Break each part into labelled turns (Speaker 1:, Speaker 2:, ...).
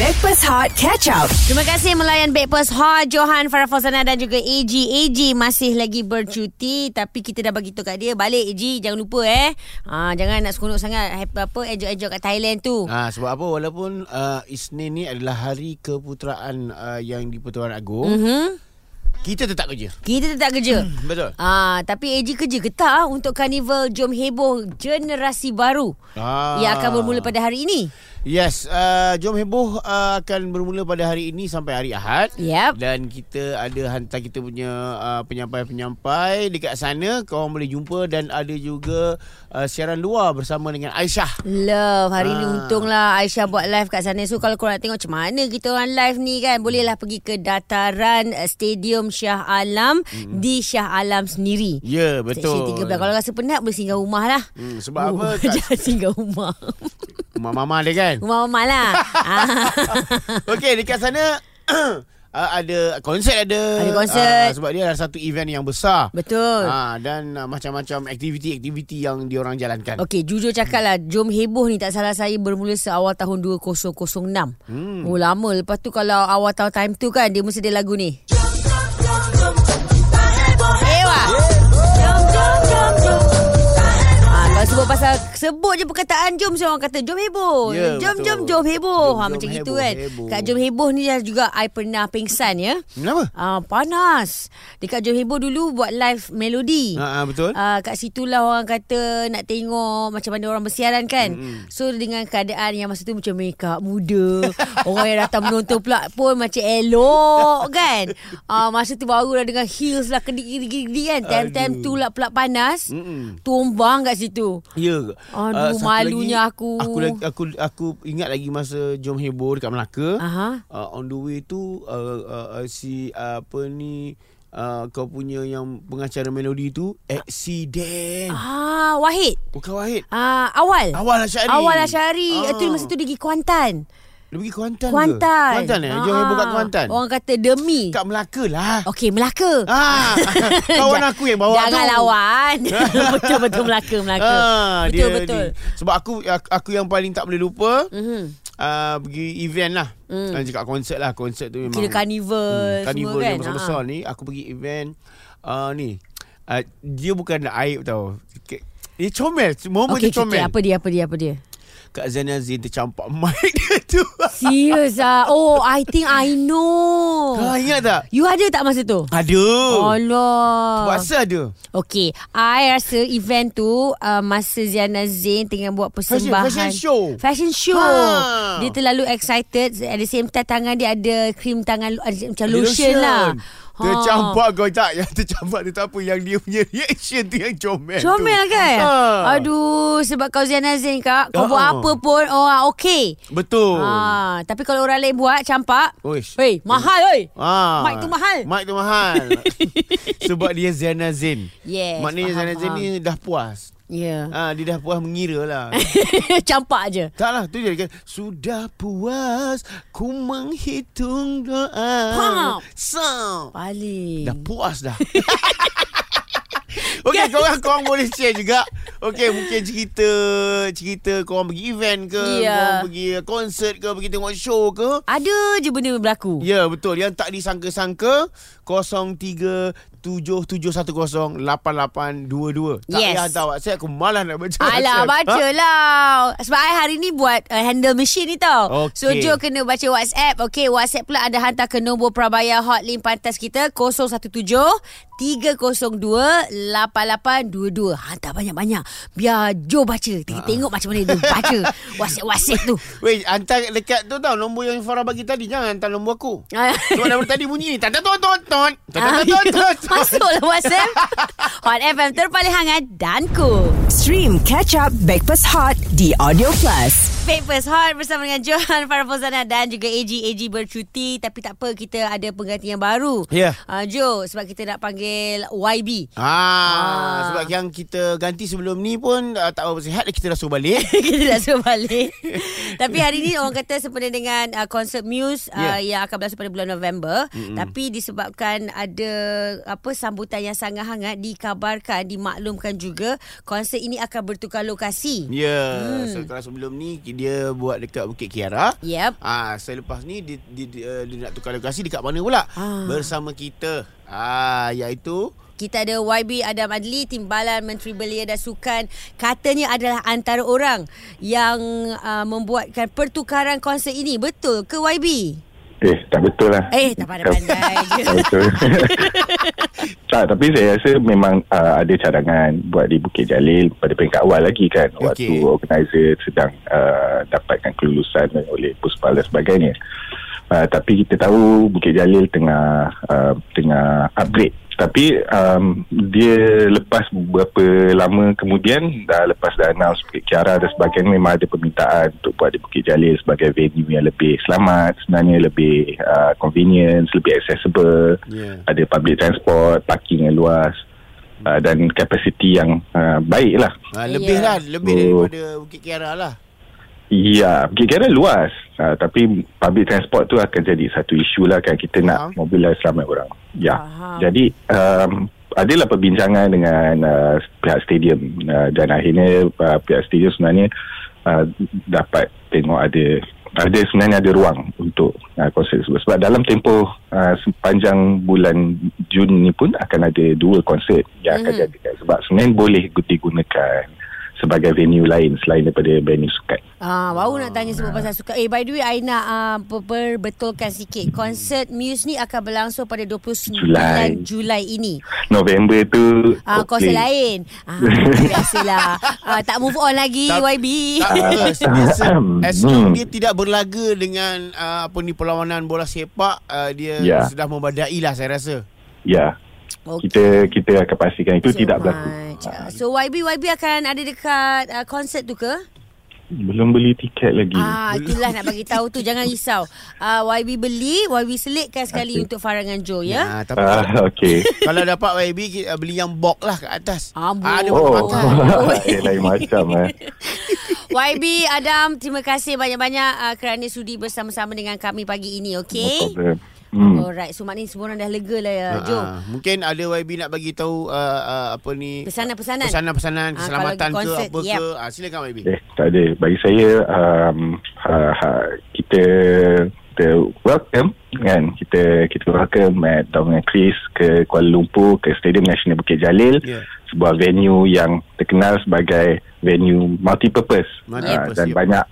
Speaker 1: Breakfast Hot Catch Up.
Speaker 2: Terima kasih melayan Backpast Hot Johan Farah Fauzana dan juga AG AG masih lagi bercuti Tapi kita dah bagi tahu kat dia Balik AG jangan lupa eh ha, Jangan nak seronok sangat hap- apa Ejok-ejok kat Thailand tu
Speaker 3: Ah sebab apa walaupun uh, Isnin ni adalah hari keputeraan uh, yang di Pertuan Agong, mm.
Speaker 2: mm-hmm.
Speaker 3: kita tetap kerja.
Speaker 2: Kita tetap kerja
Speaker 3: Betul.
Speaker 2: Ah, tapi AG kerja getah untuk karnival Jom Heboh generasi baru
Speaker 3: Ah.
Speaker 2: yang akan bermula pada hari ini.
Speaker 3: Yes, uh, Jom Heboh uh, akan bermula pada hari ini sampai hari Ahad.
Speaker 2: Yap.
Speaker 3: Dan kita ada hantar kita punya uh, penyampai-penyampai dekat sana. Kau boleh jumpa dan ada juga uh, siaran luar bersama dengan Aisyah.
Speaker 2: Love Hari ni
Speaker 3: Ah.
Speaker 2: untunglah Aisyah buat live kat sana So kalau korang nak tengok Macam mana kita orang live ni
Speaker 3: Hmm.
Speaker 2: kan Bolehlah pergi ke dataran eh, Stadium Shah Alam Di Shah Alam sendiri
Speaker 3: Ya, yeah,
Speaker 2: Section
Speaker 3: Hmm.
Speaker 2: 13
Speaker 3: betul.
Speaker 2: Kalau rasa penat Boleh singgah rumah lah
Speaker 3: Hmm, sebab apa kat-
Speaker 2: Jangan singgah rumah
Speaker 3: Mama-mama dia kan?
Speaker 2: Rumah mamak lah Ah.
Speaker 3: Okey, dekat sana uh, ada konsert ada.
Speaker 2: Ada konsert.
Speaker 3: Ah, sebab dia ada satu event yang besar.
Speaker 2: Betul
Speaker 3: Ah dan uh, macam-macam aktiviti-aktiviti yang diorang jalankan.
Speaker 2: Okey, jujur cakap lah Jom Heboh ni tak salah saya bermula seawal tahun 2006. Hmm. Oh, lama. Lepas tu kalau awal tahun time tu kan, dia mesti ada lagu ni. Ewa. Ah, Kalau sebut pasal sebut je perkataan jom semua orang kata jom heboh.
Speaker 3: Ya,
Speaker 2: jom
Speaker 3: betul.
Speaker 2: jom jom heboh.
Speaker 3: Jom,
Speaker 2: ha
Speaker 3: jom
Speaker 2: macam gitu
Speaker 3: heboh,
Speaker 2: kan.
Speaker 3: heboh.
Speaker 2: Kat jom heboh ni dah juga I pernah pingsan ya.
Speaker 3: Kenapa?
Speaker 2: Ah panas. Dekat jom heboh dulu buat live melodi.
Speaker 3: Ha ah, betul.
Speaker 2: Uh, kat situlah orang kata nak tengok macam mana orang bersiaran kan.
Speaker 3: Hmm.
Speaker 2: Mm-hmm. So dengan keadaan yang masa tu macam make up muda. orang yang datang menonton pula pun macam elok kan. Uh, masa tu baru dah dengan heels lah kedik-kedik kan. Time-time tu lah pula panas.
Speaker 3: Mm-mm.
Speaker 2: Tumbang kat situ.
Speaker 3: Ya.
Speaker 2: Aduh,
Speaker 3: satu
Speaker 2: malunya
Speaker 3: lagi,
Speaker 2: aku.
Speaker 3: Aku lagi- aku aku ingat lagi masa Jom Heboh dekat Melaka.
Speaker 2: Aha.
Speaker 3: Uh, on the way tu uh, uh, uh, si uh, apa ni uh, kau punya yang pengacara melodi tu accident.
Speaker 2: Ah, Wahid.
Speaker 3: Bukan Wahid.
Speaker 2: Ah, awal.
Speaker 3: Awal Asyari.
Speaker 2: Awal Asyari. Ah.
Speaker 3: Ah.
Speaker 2: Tu masa tu dia pergi Kuantan.
Speaker 3: Dia pergi Kuantan ke?
Speaker 2: Kuantan.
Speaker 3: Kuantan eh? Jom
Speaker 2: Ah,
Speaker 3: Heboh kat Kuantan.
Speaker 2: Orang kata demi.
Speaker 3: Kat Melaka lah.
Speaker 2: Okey, Melaka.
Speaker 3: Ah, kawan aku yang Eh, bawa
Speaker 2: Jangan
Speaker 3: tu.
Speaker 2: lawan. betul betul Melaka Melaka.
Speaker 3: Ah,
Speaker 2: betul
Speaker 3: dia,
Speaker 2: betul.
Speaker 3: Dia. Sebab aku aku aku yang paling tak boleh lupa
Speaker 2: Mhm.
Speaker 3: uh, pergi event lah. Mm. Dan cakap konsert lah. Konsert tu memang
Speaker 2: Kira karnival hmm,
Speaker 3: karnival
Speaker 2: semua kan.
Speaker 3: yang besar-besar ni aku pergi event uh, ni. Uh, dia bukan aib tau. Ke- Dia comel. Momen
Speaker 2: Okey,
Speaker 3: okay,
Speaker 2: okay,
Speaker 3: dia comel.
Speaker 2: apa dia apa dia apa dia?
Speaker 3: Kak Zainal Zain tercampak mic dia tu.
Speaker 2: Serius ah. Oh, I think I know.
Speaker 3: Kau ingat tak?
Speaker 2: You ada tak masa tu?
Speaker 3: Ada.
Speaker 2: Allah.
Speaker 3: Paksa ada.
Speaker 2: Okey, I rasa event tu uh, masa Ziana Zain tengah buat persembahan
Speaker 3: fashion show.
Speaker 2: Fashion show.
Speaker 3: Ha.
Speaker 2: Dia terlalu excited at the same time tangan dia ada krim tangan ada macam
Speaker 3: Ada
Speaker 2: lotion, lah. Ha.
Speaker 3: Tercampak kau tak Yang tercampak tu tak apa Yang dia punya reaction tu Yang comel tu.
Speaker 2: Comel kan
Speaker 3: ha.
Speaker 2: Aduh Sebab kau Ziana Zain kak Kau
Speaker 3: Ha.
Speaker 2: buat apa pun Orang okey
Speaker 3: Betul
Speaker 2: ha, Tapi kalau orang lain buat Campak
Speaker 3: Oish.
Speaker 2: Hei mahal oi
Speaker 3: Ah.
Speaker 2: Mic tu mahal.
Speaker 3: Mic tu mahal Sebab dia Ziana Zain
Speaker 2: Yes,
Speaker 3: Maknanya
Speaker 2: faham,
Speaker 3: Ziana Zain ni dah puas
Speaker 2: Ya yeah.
Speaker 3: Ah, Dia dah puas mengira lah
Speaker 2: Campak je
Speaker 3: Tak lah tu dia kan Sudah puas Ku menghitung doa
Speaker 2: Faham.
Speaker 3: Sound
Speaker 2: Paling
Speaker 3: Dah puas dah Okey korang korang boleh share juga Okey mungkin cerita Cerita korang pergi event ke
Speaker 2: Ya.
Speaker 3: Korang pergi konsert ke Pergi tengok show ke
Speaker 2: Ada je benda berlaku
Speaker 3: Ya betul Yang tak disangka-sangka 0377108822 Tak
Speaker 2: Yes.
Speaker 3: payah hantar WhatsApp Aku malah nak baca
Speaker 2: Alah,
Speaker 3: WhatsApp. Ha?
Speaker 2: baca lah. Sebab I hari ni buat uh, handle machine ni tau.
Speaker 3: Okey.
Speaker 2: So, Jo kena baca WhatsApp. Okay, WhatsApp pula ada hantar ke nombor Prabaya Hotlink Pantas kita 017-302-8822. Hantar banyak-banyak. Biar Jo baca. Kita tengok macam mana dia baca WhatsApp-WhatsApp tu.
Speaker 3: Weh hantar dekat tu tau Nombor yang Farah bagi tadi Jangan hantar nombor aku Sebab nombor tadi bunyi ni Tata ton ton ton Tata ton
Speaker 2: Ah,
Speaker 3: ton
Speaker 2: ya.
Speaker 3: ton
Speaker 2: Masuklah WhatsApp. Hot FM terpaling hangat dan cool.
Speaker 1: Stream Catch Up Breakfast Hot di Audio Plus.
Speaker 2: Breakfast Hot bersama dengan Johan Farah Fauzana dan juga AG. AG bercuti tapi tak apa kita ada pengganti yang baru.
Speaker 3: Ya.
Speaker 2: Uh, Jo sebab kita nak panggil YB. Ah.
Speaker 3: Ah, sebab yang kita ganti sebelum ni pun uh, tak apa sihat kita dah suruh balik.
Speaker 2: kita nak suruh balik. tapi hari ni orang kata sempena dengan uh, konsert Muse uh, yeah. yang akan berlangsung pada bulan November mm-hmm. tapi disebabkan ada apa sambutan yang sangat hangat dikabarkan dimaklumkan juga konsert ini akan bertukar lokasi.
Speaker 3: Ya, yeah, hmm. so kalau sebelum ni ki- dia buat dekat Bukit Kiara.
Speaker 2: Yep.
Speaker 3: Ah, selepas ni dia, dia, dia, eh, dia nak tukar lokasi dekat mana pula?
Speaker 2: Ah.
Speaker 3: Bersama kita. Ah, iaitu
Speaker 2: Kita ada YB Adam Adli Timbalan Menteri Belia dan Sukan katanya adalah antara orang yang uh, membuatkan pertukaran konsert ini. Betul ke YB?
Speaker 4: Eh, tak betul lah.
Speaker 2: Eh, tak pandai-pandai je.
Speaker 4: Tak betul. tak, tapi saya rasa memang uh, ada cadangan buat di Bukit Jalil pada peringkat awal lagi kan. Waktu
Speaker 3: Okey.
Speaker 4: organizer sedang uh, dapatkan kelulusan oleh Puspal dan sebagainya. Uh, tapi kita tahu Bukit Jalil tengah uh, tengah upgrade. Tapi um, dia lepas beberapa lama kemudian dah lepas dah announce Bukit Kiara dan sebagainya memang ada permintaan untuk buat di Bukit Jalil sebagai venue yang lebih selamat sebenarnya lebih uh, convenience, lebih accessible
Speaker 3: Yeah.
Speaker 4: ada public transport, parking yang luas uh, dan kapasiti yang uh, baik lah.
Speaker 3: ah, lebih
Speaker 2: Ya.
Speaker 3: lah, lebih
Speaker 4: Oh.
Speaker 3: daripada Bukit Kiara lah.
Speaker 4: Ya, kira-kira luas. Uh, tapi public transport tu akan jadi satu isu lah kan kita nak
Speaker 3: Faham.
Speaker 4: mobilize ramai orang. Ya.
Speaker 2: Faham.
Speaker 4: Jadi um, adalah perbincangan dengan uh, pihak stadium uh, dan akhirnya uh, pihak stadium sebenarnya uh, dapat tengok ada ada sebenarnya ada ruang untuk uh, konsert tersebut sebab dalam tempoh uh, sepanjang bulan Jun ni pun akan ada dua konsert yang akan
Speaker 2: Mhm.
Speaker 4: diadakan sebab sebenarnya boleh digunakan sebagai venue lain selain daripada venue sukan.
Speaker 2: Ah, baru nak tanya semua pasal sukan. Eh, by the way, I nak uh, perbetulkan sikit. Konsert Muse ni akan berlangsung pada 29 Julai,
Speaker 4: Julai.
Speaker 2: Julai ini.
Speaker 4: November tu
Speaker 2: Ah, konsert lain. Ah, biasalah. Ah, tak move on lagi
Speaker 3: Tak-
Speaker 2: YB.
Speaker 3: Tak apa, se-
Speaker 4: Hmm.
Speaker 3: As long dia tidak berlaga dengan uh, apa ni perlawanan bola sepak, uh, dia
Speaker 4: Ya.
Speaker 3: sudah membadai lah saya rasa.
Speaker 4: Ya Kita kita akan pastikan Itu
Speaker 2: So
Speaker 4: tidak berlaku
Speaker 2: much. Ah, So YB YB akan ada dekat uh, konsert tu ke?
Speaker 4: Belum beli tiket lagi
Speaker 2: Ah, itulah nak bagi tahu tu jangan risau. Ah, YB beli, YB selitkan sekali
Speaker 4: Okay.
Speaker 2: untuk Farangan Joe ya.
Speaker 3: Ah, tapi
Speaker 4: Ah, Okey
Speaker 3: kalau dapat YB ki- uh, beli yang box lah kat atas.
Speaker 2: Amboi.
Speaker 3: Ah, ada
Speaker 4: Oh
Speaker 3: makan.
Speaker 4: Eh lain macam eh.
Speaker 2: YB Adam, terima kasih banyak-banyak uh, kerana sudi bersama-sama dengan kami pagi ini,
Speaker 4: No
Speaker 2: okey?
Speaker 4: problem hmm.
Speaker 2: Alright, so maknanya semua orang dah lega lah ya,
Speaker 3: Ah,
Speaker 2: Jo.
Speaker 3: ah. mungkin ada YB nak bagi tahu uh, uh, apa ni
Speaker 2: Pesanan-pesanan.
Speaker 3: pesanan-pesanan
Speaker 2: Ah,
Speaker 3: keselamatan
Speaker 2: kalau
Speaker 3: ke
Speaker 2: konsert,
Speaker 3: apa
Speaker 2: yep.
Speaker 3: ke. Ah, silakan YB.
Speaker 4: Eh, tak ada. Bagi saya um, ha, ha, kita kita welcome kan kita kita welcome at Dong and Chris ke Kuala Lumpur ke Stadium Nasional Bukit Jalil
Speaker 3: Ya.
Speaker 4: sebuah venue yang terkenal sebagai venue multi-purpose
Speaker 3: Multi-purpose,
Speaker 4: Ah,
Speaker 3: ya.
Speaker 4: dan banyak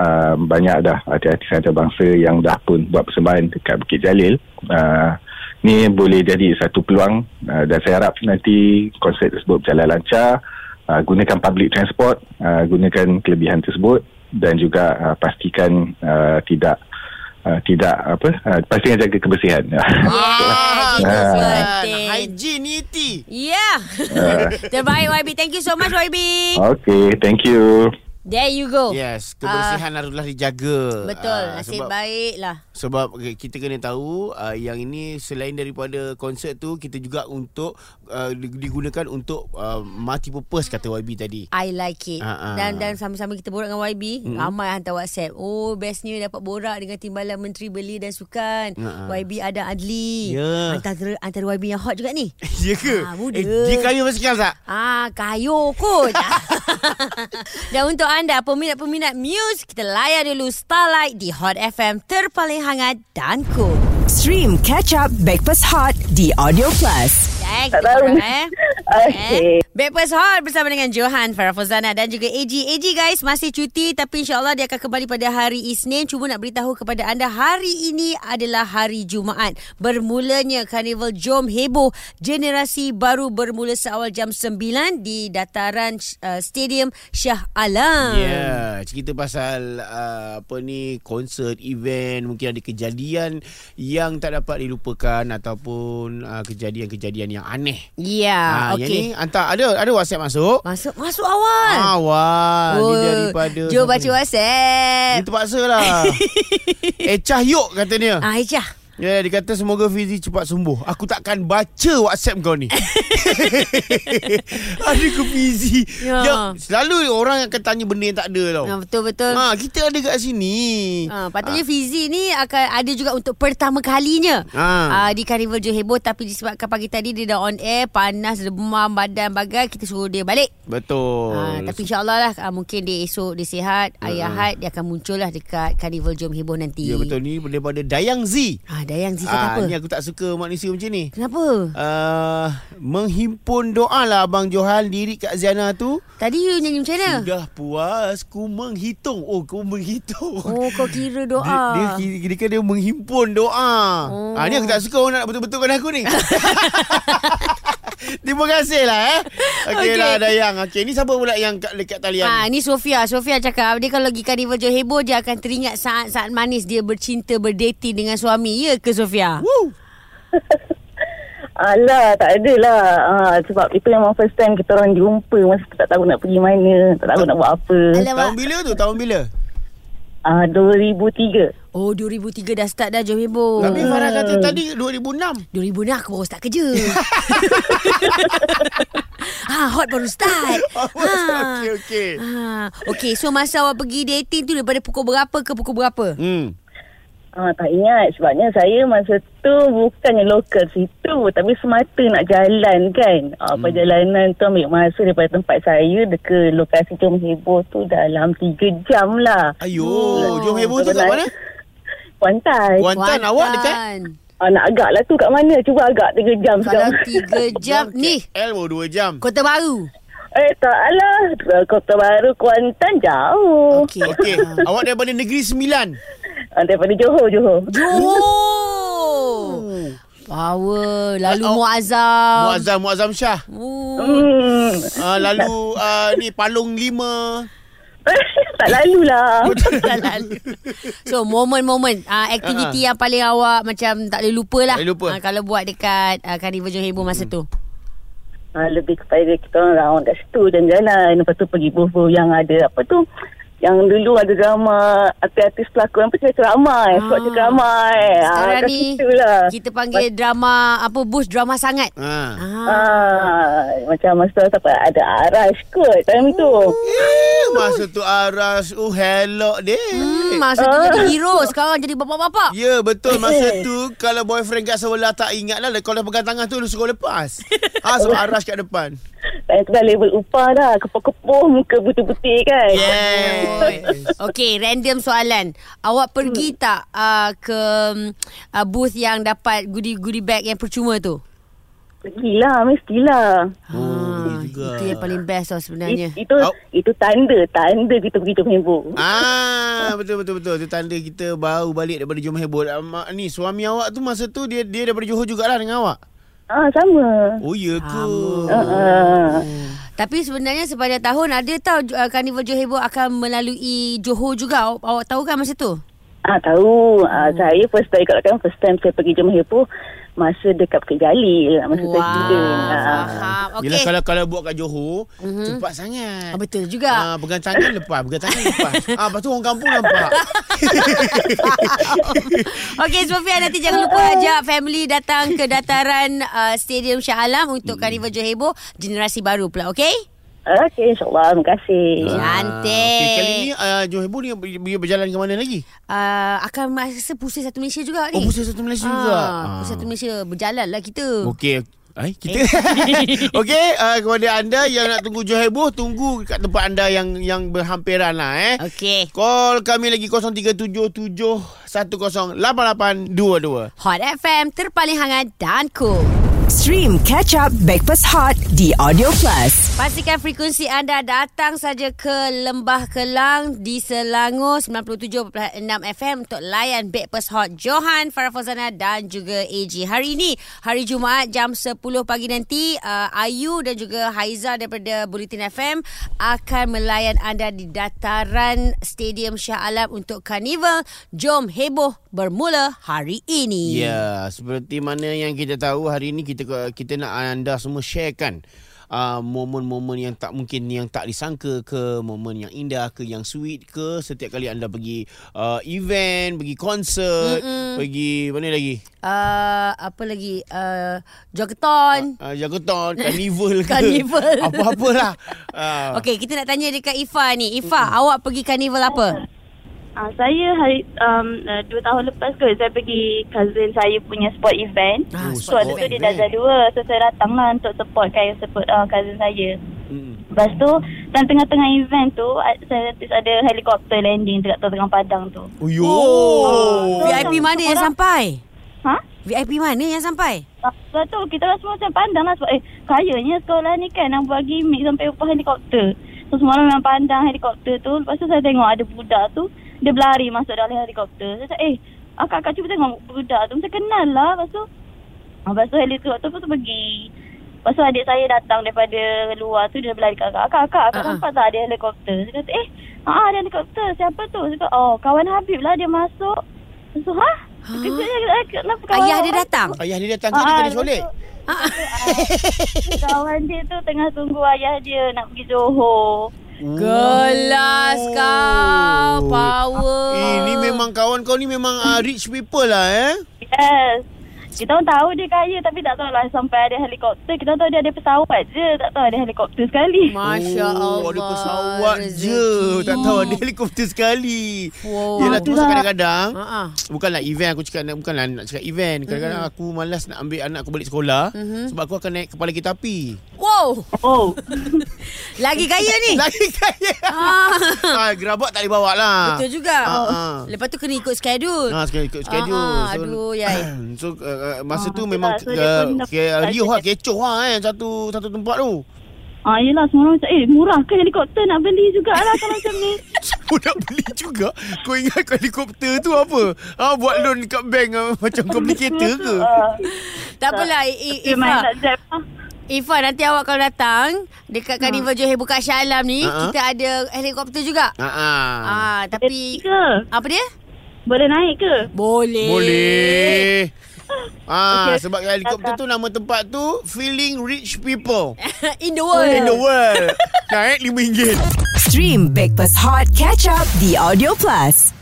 Speaker 4: um, banyak dah artis-artis antarabangsa yang dah pun buat persembahan dekat Bukit Jalil uh, ni boleh jadi satu peluang uh, dan saya harap nanti konsert tersebut berjalan lancar uh, gunakan public transport uh, gunakan kelebihan tersebut dan juga uh, pastikan uh, tidak uh, tidak apa uh, pastikan jaga kebersihan
Speaker 2: Yeah, itu
Speaker 4: Ah.
Speaker 2: penting.
Speaker 3: Ah, Hygienity.
Speaker 2: Yeah. Ya. Terbaik YB. Thank you so much YB.
Speaker 4: Ah. Okay, thank you.
Speaker 2: There you go.
Speaker 3: Yes, kebersihan haruslah dijaga.
Speaker 2: Oh. Ah. Betul.
Speaker 3: Ah,
Speaker 2: Nasib
Speaker 3: sebab-
Speaker 2: baik lah.
Speaker 3: Sebab okay, kita kena tahu uh, yang ini selain daripada konsert tu kita juga untuk uh, di- digunakan untuk uh, multi purpose kata YB tadi.
Speaker 2: I like it
Speaker 3: Ah, ah.
Speaker 2: Dan dan sama-sama kita borak dengan YB hmm. Ramai hantar whatsapp Oh bestnya dapat borak Dengan timbalan Menteri Belia dan Sukan
Speaker 3: Ah, ah. YB
Speaker 2: YB ada Adli
Speaker 3: Ya.
Speaker 2: Antara antara YB yang hot juga ni
Speaker 3: ya ke?
Speaker 2: Ah, muda.
Speaker 3: eh, dia kaya basikal tak?
Speaker 2: Ah, kayu kot. Dan untuk anda, peminat-peminat Muse, kita layan dulu Starlight di Hot FM terpaling hangat dan cool.
Speaker 1: Stream Catch Up Breakfast Hot di Audio Plus.
Speaker 2: Baik,
Speaker 5: Tak
Speaker 2: kita
Speaker 5: tahu.
Speaker 2: borak, eh.
Speaker 5: Okey.
Speaker 2: Eh, Breakfast Hot bersama dengan Johan Farah Fauzana dan juga AG. AG guys masih cuti tapi insyaAllah dia akan kembali pada hari Isnin. Cuma nak beritahu kepada anda hari ini adalah hari Jumaat. Bermulanya Karnival Jom Heboh generasi baru bermula seawal jam 9 di dataran uh, Stadium Shah Alam.
Speaker 3: Ya, yeah, cerita pasal uh, apa ni konsert, event, mungkin ada kejadian yang tak dapat dilupakan ataupun uh, kejadian-kejadian yang aneh.
Speaker 2: Ya,
Speaker 3: Ah,
Speaker 2: okey.
Speaker 3: yang ni hantar ada ada WhatsApp masuk.
Speaker 2: Masuk masuk awal.
Speaker 3: Awal oh,
Speaker 2: Oh,
Speaker 3: Dia daripada
Speaker 2: Ah. Jom baca
Speaker 3: Dia
Speaker 2: WhatsApp.
Speaker 3: terpaksa lah Eh Cahyok kata dia
Speaker 2: Ah, Ejah.
Speaker 3: Ya, yeah, dia kata semoga Fizi cepat sembuh. Aku takkan baca WhatsApp kau ni. ada ke Fizi?
Speaker 2: Ya.
Speaker 3: Yeah. Selalu orang akan tanya benda yang tak ada tau.
Speaker 2: Ha, betul-betul.
Speaker 3: Ha, kita ada kat sini.
Speaker 2: Ha, patutnya ha. Fizi ni akan ada juga untuk pertama kalinya ha.
Speaker 3: Ha.
Speaker 2: uh, di Carnival Johor Heboh tapi disebabkan pagi tadi dia dah on air panas demam badan bagai kita suruh dia balik.
Speaker 3: Betul.
Speaker 2: Ha, tapi insyaAllah lah uh, mungkin dia esok dia sihat uh. ayah had dia akan muncul lah dekat Carnival Johor Heboh nanti.
Speaker 3: Ah. Ya betul ni daripada Dayang Z.
Speaker 2: Ha, Dayang Z
Speaker 3: Ah,
Speaker 2: kata
Speaker 3: ni
Speaker 2: apa?
Speaker 3: aku tak suka manusia macam ni.
Speaker 2: Kenapa?
Speaker 3: Uh, menghimpun doa lah Abang Johan Lirik Kak Ziana tu
Speaker 2: Tadi you nyanyi macam mana?
Speaker 3: Sudah puas Ku menghitung Oh ku menghitung
Speaker 2: Oh kau kira doa.
Speaker 3: Dia, dia kira- kira kira dia menghimpun doa.
Speaker 2: Oh.
Speaker 3: Oh. Ha, ni aku tak suka orang nak betul-betulkan aku ni. Terima kasih lah eh. Okey
Speaker 2: Okey.
Speaker 3: okay. lah Dayang. Okey ni siapa pula yang kat, dekat talian?
Speaker 2: Ha, ni Sofia. Sofia cakap dia kalau pergi Carnival Johor Heboh dia akan teringat saat-saat manis dia bercinta, berdating dengan suami. Ya ke Sofia?
Speaker 3: Woo.
Speaker 5: Alah, tak adalah. Ha, sebab itu memang first time kita orang jumpa. Masa tu tak tahu nak pergi mana, tak tahu nak buat apa.
Speaker 3: Tahun
Speaker 2: Alamak.
Speaker 3: bila tu? Tahun bila?
Speaker 5: Ah, 2003.
Speaker 2: Oh 2003 dah start dah Johor Heboh.
Speaker 3: Tapi Farah kata tadi 2006.
Speaker 2: 2000 nak aku baru start kerja. ha, hot baru start.
Speaker 3: Oh, okey, okey.
Speaker 2: Ha. Okay, so masa awak pergi dating tu daripada pukul berapa ke pukul berapa?
Speaker 3: Hmm.
Speaker 5: Ah, tak ingat sebabnya saya masa tu bukannya lokal situ tapi semata nak jalan kan. Ah, Perjalanan tu ambil masa daripada tempat saya ke lokasi Jom Heboh tu dalam 3 jam lah.
Speaker 3: Ayo, oh. Johor Heboh tu kat mana?
Speaker 5: Kuantan.
Speaker 3: Kuantan. awak dekat?
Speaker 5: Ah, nak agak lah tu kat mana? Cuba agak 3 jam
Speaker 2: Kalau
Speaker 5: sekarang.
Speaker 2: 3 jam ni
Speaker 3: KL baru 2 jam.
Speaker 2: Kota Baru.
Speaker 5: Eh tak alah Kota Baru Kuantan jauh
Speaker 2: Okey. Ha.
Speaker 3: Okey. awak daripada Negeri Sembilan.
Speaker 5: Ah, Daripada Johor Johor
Speaker 2: Johor. Power Lalu
Speaker 3: Oh.
Speaker 2: Muazzam
Speaker 3: Muazzam Muazzam Shah.
Speaker 2: Oh.
Speaker 5: hmm.
Speaker 3: Uh, lalu uh, ni Palung Lima.
Speaker 5: Tak lalu lah
Speaker 2: Dah lalu. So momen-momen uh, Aktiviti yang paling awak Macam tak boleh lupa lah
Speaker 3: Tak boleh lupa. Hmm.
Speaker 2: Ah, Kalau buat dekat uh, Carnival Johor Heboh masa tu
Speaker 5: ah, Lebih kepada kita orang round kat situ Jalan-jalan Lepas tu pergi buff-buff yang ada Apa tu yang dulu ada drama artis-artis pelakon apa cerita ramai sebab cerita ramai
Speaker 2: Ah. Sekarang
Speaker 5: kat lah.
Speaker 2: ni
Speaker 5: situlah.
Speaker 2: Kita panggil drama Apa Bus drama sangat
Speaker 3: Ha.
Speaker 2: ah.
Speaker 5: ah, macam masa tu siapa ada Arash kot time tu
Speaker 2: Oh. Hmm.
Speaker 3: Eh, masa tu Aras Oh hello dia
Speaker 2: hmm, Masa tu jadi hero Sekarang jadi bapak-bapak
Speaker 3: Ya betul Masa tu Kalau boyfriend kat sebelah Tak ingat lah Kalau dia pegang tangan tu Dia suruh lepas ha, Sebab Aras kat depan
Speaker 5: time tu dah level upah dah kepoh-kepoh muka putih-putih kan
Speaker 2: Eh,
Speaker 3: Yes
Speaker 2: Okay random soalan Awak pergi tak uh, Ke uh, Booth yang dapat Goodie-goodie bag yang percuma tu
Speaker 5: Pergilah, mestilah.
Speaker 3: Oh,
Speaker 2: Ah,
Speaker 3: dia juga.
Speaker 2: Itu yang paling best tau sebenarnya
Speaker 5: It, itu
Speaker 3: Au.
Speaker 5: itu tanda, tanda kita pergi jumpa ibu.
Speaker 3: Ah betul betul betul tu tanda kita baru balik daripada Johor Hebol. Um, ni suami awak tu masa tu dia dia daripada Johor jugalah dengan awak.
Speaker 5: Ah, sama.
Speaker 3: Oh ya ke?
Speaker 5: Ah,
Speaker 2: Tapi sebenarnya sepanjang tahun ada tau uh, Carnival Johor Heboh akan melalui Johor juga. Awak, awak tahu kan masa tu?
Speaker 5: ah tahu. Ah, saya first time kalau kan first time saya pergi jumpa ibu masa dekat Bukit Jalil, masa saya student. Ah.
Speaker 2: faham.
Speaker 3: Yelah
Speaker 2: Okey.
Speaker 3: kalau kalau buat kat Johor mm-hmm. cepat sangat.
Speaker 2: Ah, betul juga.
Speaker 3: Ah, pegang tangan lepas, pegang tangan lepas. Ah, lepas tu orang kampung nampak.
Speaker 2: Okey, Sofia nanti jangan lupa ajak family datang ke dataran uh, Stadium Shah Alam
Speaker 3: Hmm.
Speaker 2: untuk Carnival Johor Heboh generasi baru pula, okey?
Speaker 5: Ah, Okey, insyaAllah. Terima kasih.
Speaker 2: Cantik.
Speaker 3: Okay, Ah, kali ni uh, Johor Hebul ni dia- dia berjalan ke mana lagi?
Speaker 2: Uh, akan masa pusat satu Malaysia juga ni.
Speaker 3: Oh, pusat satu Malaysia juga. Ah.
Speaker 2: Pusat satu Malaysia berjalan lah kita.
Speaker 3: Okey. Ay, kita
Speaker 2: Eh.
Speaker 3: Okey uh, kepada anda yang nak tunggu Johor Hebul tunggu kat tempat anda yang yang berhampiran lah eh.
Speaker 2: Okey.
Speaker 3: Call kami lagi 0377108822.
Speaker 2: Hot FM terpaling hangat dan cool.
Speaker 1: Stream Catch Up Backpass Hot di Audio Plus.
Speaker 2: Pastikan frekuensi anda datang saja ke Lembah Kelang di Selangor 97.6 FM untuk layan Breakfast Hot Johan, Farah Fauzana dan juga AG. Hari ini, hari Jumaat jam 10 pagi nanti, uh, Ayu dan juga Haiza daripada Bulletin FM akan melayan anda di dataran Stadium Shah Alam untuk Carnival. Jom heboh bermula hari ini.
Speaker 5: Hmm.
Speaker 3: Ya, seperti mana yang kita tahu hari ini kita kita nak anda semua sharekan uh, momen-momen yang tak mungkin yang tak disangka ke momen yang indah ke yang sweet ke setiap kali anda pergi uh, event pergi konsert Mm-mm. pergi mana lagi
Speaker 2: Uh, apa lagi? Uh, Jogeton.
Speaker 3: uh, jagoton carnival ke
Speaker 2: Carnival.
Speaker 3: apa-apalah uh,
Speaker 2: Okey, kita nak tanya dekat Ifa ni. Ifa, awak pergi karnival apa?
Speaker 5: Uh, saya hari um, uh, dua tahun lepas kot saya pergi cousin saya punya sport event.
Speaker 2: Ah,
Speaker 5: So
Speaker 3: sport
Speaker 5: waktu tu dia
Speaker 3: event.
Speaker 5: dah jadi dua So saya datang lah untuk support kan support uh, cousin saya
Speaker 3: mm.
Speaker 5: Lepas tu dalam tengah-tengah event tu a- Saya notice ada helikopter landing dekat tengah padang tu
Speaker 3: Uyo.
Speaker 5: Oh.
Speaker 2: VIP mana yang
Speaker 5: Orang-
Speaker 2: sampai?
Speaker 5: Ha?
Speaker 2: VIP mana yang sampai?
Speaker 5: Ah, Lepas tu kita orang semua macam pandang lah Sebab eh kayanya sekolah ni kan nak buat gimmick sampai upah helikopter So semua orang memang pandang helikopter tu Lepas tu saya tengok ada budak tu Dia berlari masuk dalam helikopter Saya cakap eh akak-akak cuba tengok budak tu Macam kenal lah Lepas tu Ah, Lepas tu helikopter tu pergi. Lepas tu adik saya datang daripada luar tu dia berlari kat kakak. Akak, akak,
Speaker 2: Ah,
Speaker 5: akak
Speaker 2: ah.
Speaker 5: uh-huh. nampak tak ada helikopter? Saya kata, eh, ah, ada helikopter. Siapa tu? Saya kata, oh, kawan Habib lah dia masuk. Lepas tu, ha?
Speaker 2: Ha?
Speaker 5: Kejutnya, kata, Kenapa kawan
Speaker 2: Ayah dia
Speaker 5: awak
Speaker 2: datang.
Speaker 3: Ayah dia datang ke
Speaker 5: Ah,
Speaker 3: dia kena
Speaker 5: lepas
Speaker 3: solek.
Speaker 5: tu- lepas tu, ah, Kawan dia tu tengah tunggu ayah dia nak pergi Johor.
Speaker 2: Gelas kau power.
Speaker 3: Ini Oh. Eh, memang kawan kau ni memang uh, rich people lah eh.
Speaker 5: Yes. Kita orang tahu dia kaya tapi tak tahu lah sampai ada helikopter. Kita orang tahu dia ada pesawat je. Tak tahu ada helikopter sekali.
Speaker 2: Masya Allah.
Speaker 3: Oh, ada pesawat je. Tak tahu ada helikopter sekali.
Speaker 2: Wow.
Speaker 3: Yelah tu pasal kadang-kadang
Speaker 2: Ha-ha.
Speaker 3: Bukanlah event aku cakap nak- Bukanlah nak cakap event Kadang-kadang
Speaker 2: Mm-hmm.
Speaker 3: aku malas nak ambil anak aku balik sekolah Sebab aku akan naik kepala kereta api
Speaker 2: Wow.
Speaker 5: Oh.
Speaker 2: Lagi kaya ni.
Speaker 3: Lagi kaya
Speaker 2: ah.
Speaker 3: ah, Gerabak tak boleh bawa lah
Speaker 2: Betul juga.
Speaker 3: Ah, ah.
Speaker 2: Lepas tu kena ikut schedule.
Speaker 3: Ha, sekali ikut schedule.
Speaker 2: Ah, aduh, Yai.
Speaker 3: So, uh, masa tu
Speaker 5: Ah, betul
Speaker 3: memang
Speaker 5: lah. So,
Speaker 3: uh,
Speaker 5: dia pun dah-
Speaker 3: ke, riuh lah, kecoh lah eh, satu, satu tempat tu.
Speaker 5: Ah, yelah semua orang macam eh murah ke helikopter nak beli jugalah kalau macam ni.
Speaker 3: Kau nak beli juga Kau ingat kau helikopter tu apa ha, Buat loan kat bank ah, Macam kau beli kereta ke
Speaker 5: Ah,
Speaker 2: Tak apalah I- I-
Speaker 5: dia
Speaker 2: Ifa.
Speaker 5: main tak jap. Ah,
Speaker 2: Ifa nanti awak kalau datang
Speaker 3: Ha.
Speaker 2: dekat Carnival Johor Buka Shah Alam ni,
Speaker 3: Ha-ha.
Speaker 2: kita ada helikopter juga.
Speaker 3: Ha ah.
Speaker 2: Ah,
Speaker 5: Boleh
Speaker 2: tapi
Speaker 5: ke?
Speaker 2: apa dia?
Speaker 5: Boleh naik ke?
Speaker 2: Boleh.
Speaker 3: Boleh Ah,
Speaker 5: Okey.
Speaker 3: sebab helikopter tu nama tempat tu Feeling Rich People
Speaker 2: In the world.
Speaker 3: in the world. Naik RM5.
Speaker 1: Stream Breakfast Hot Catch Up The Audio Plus.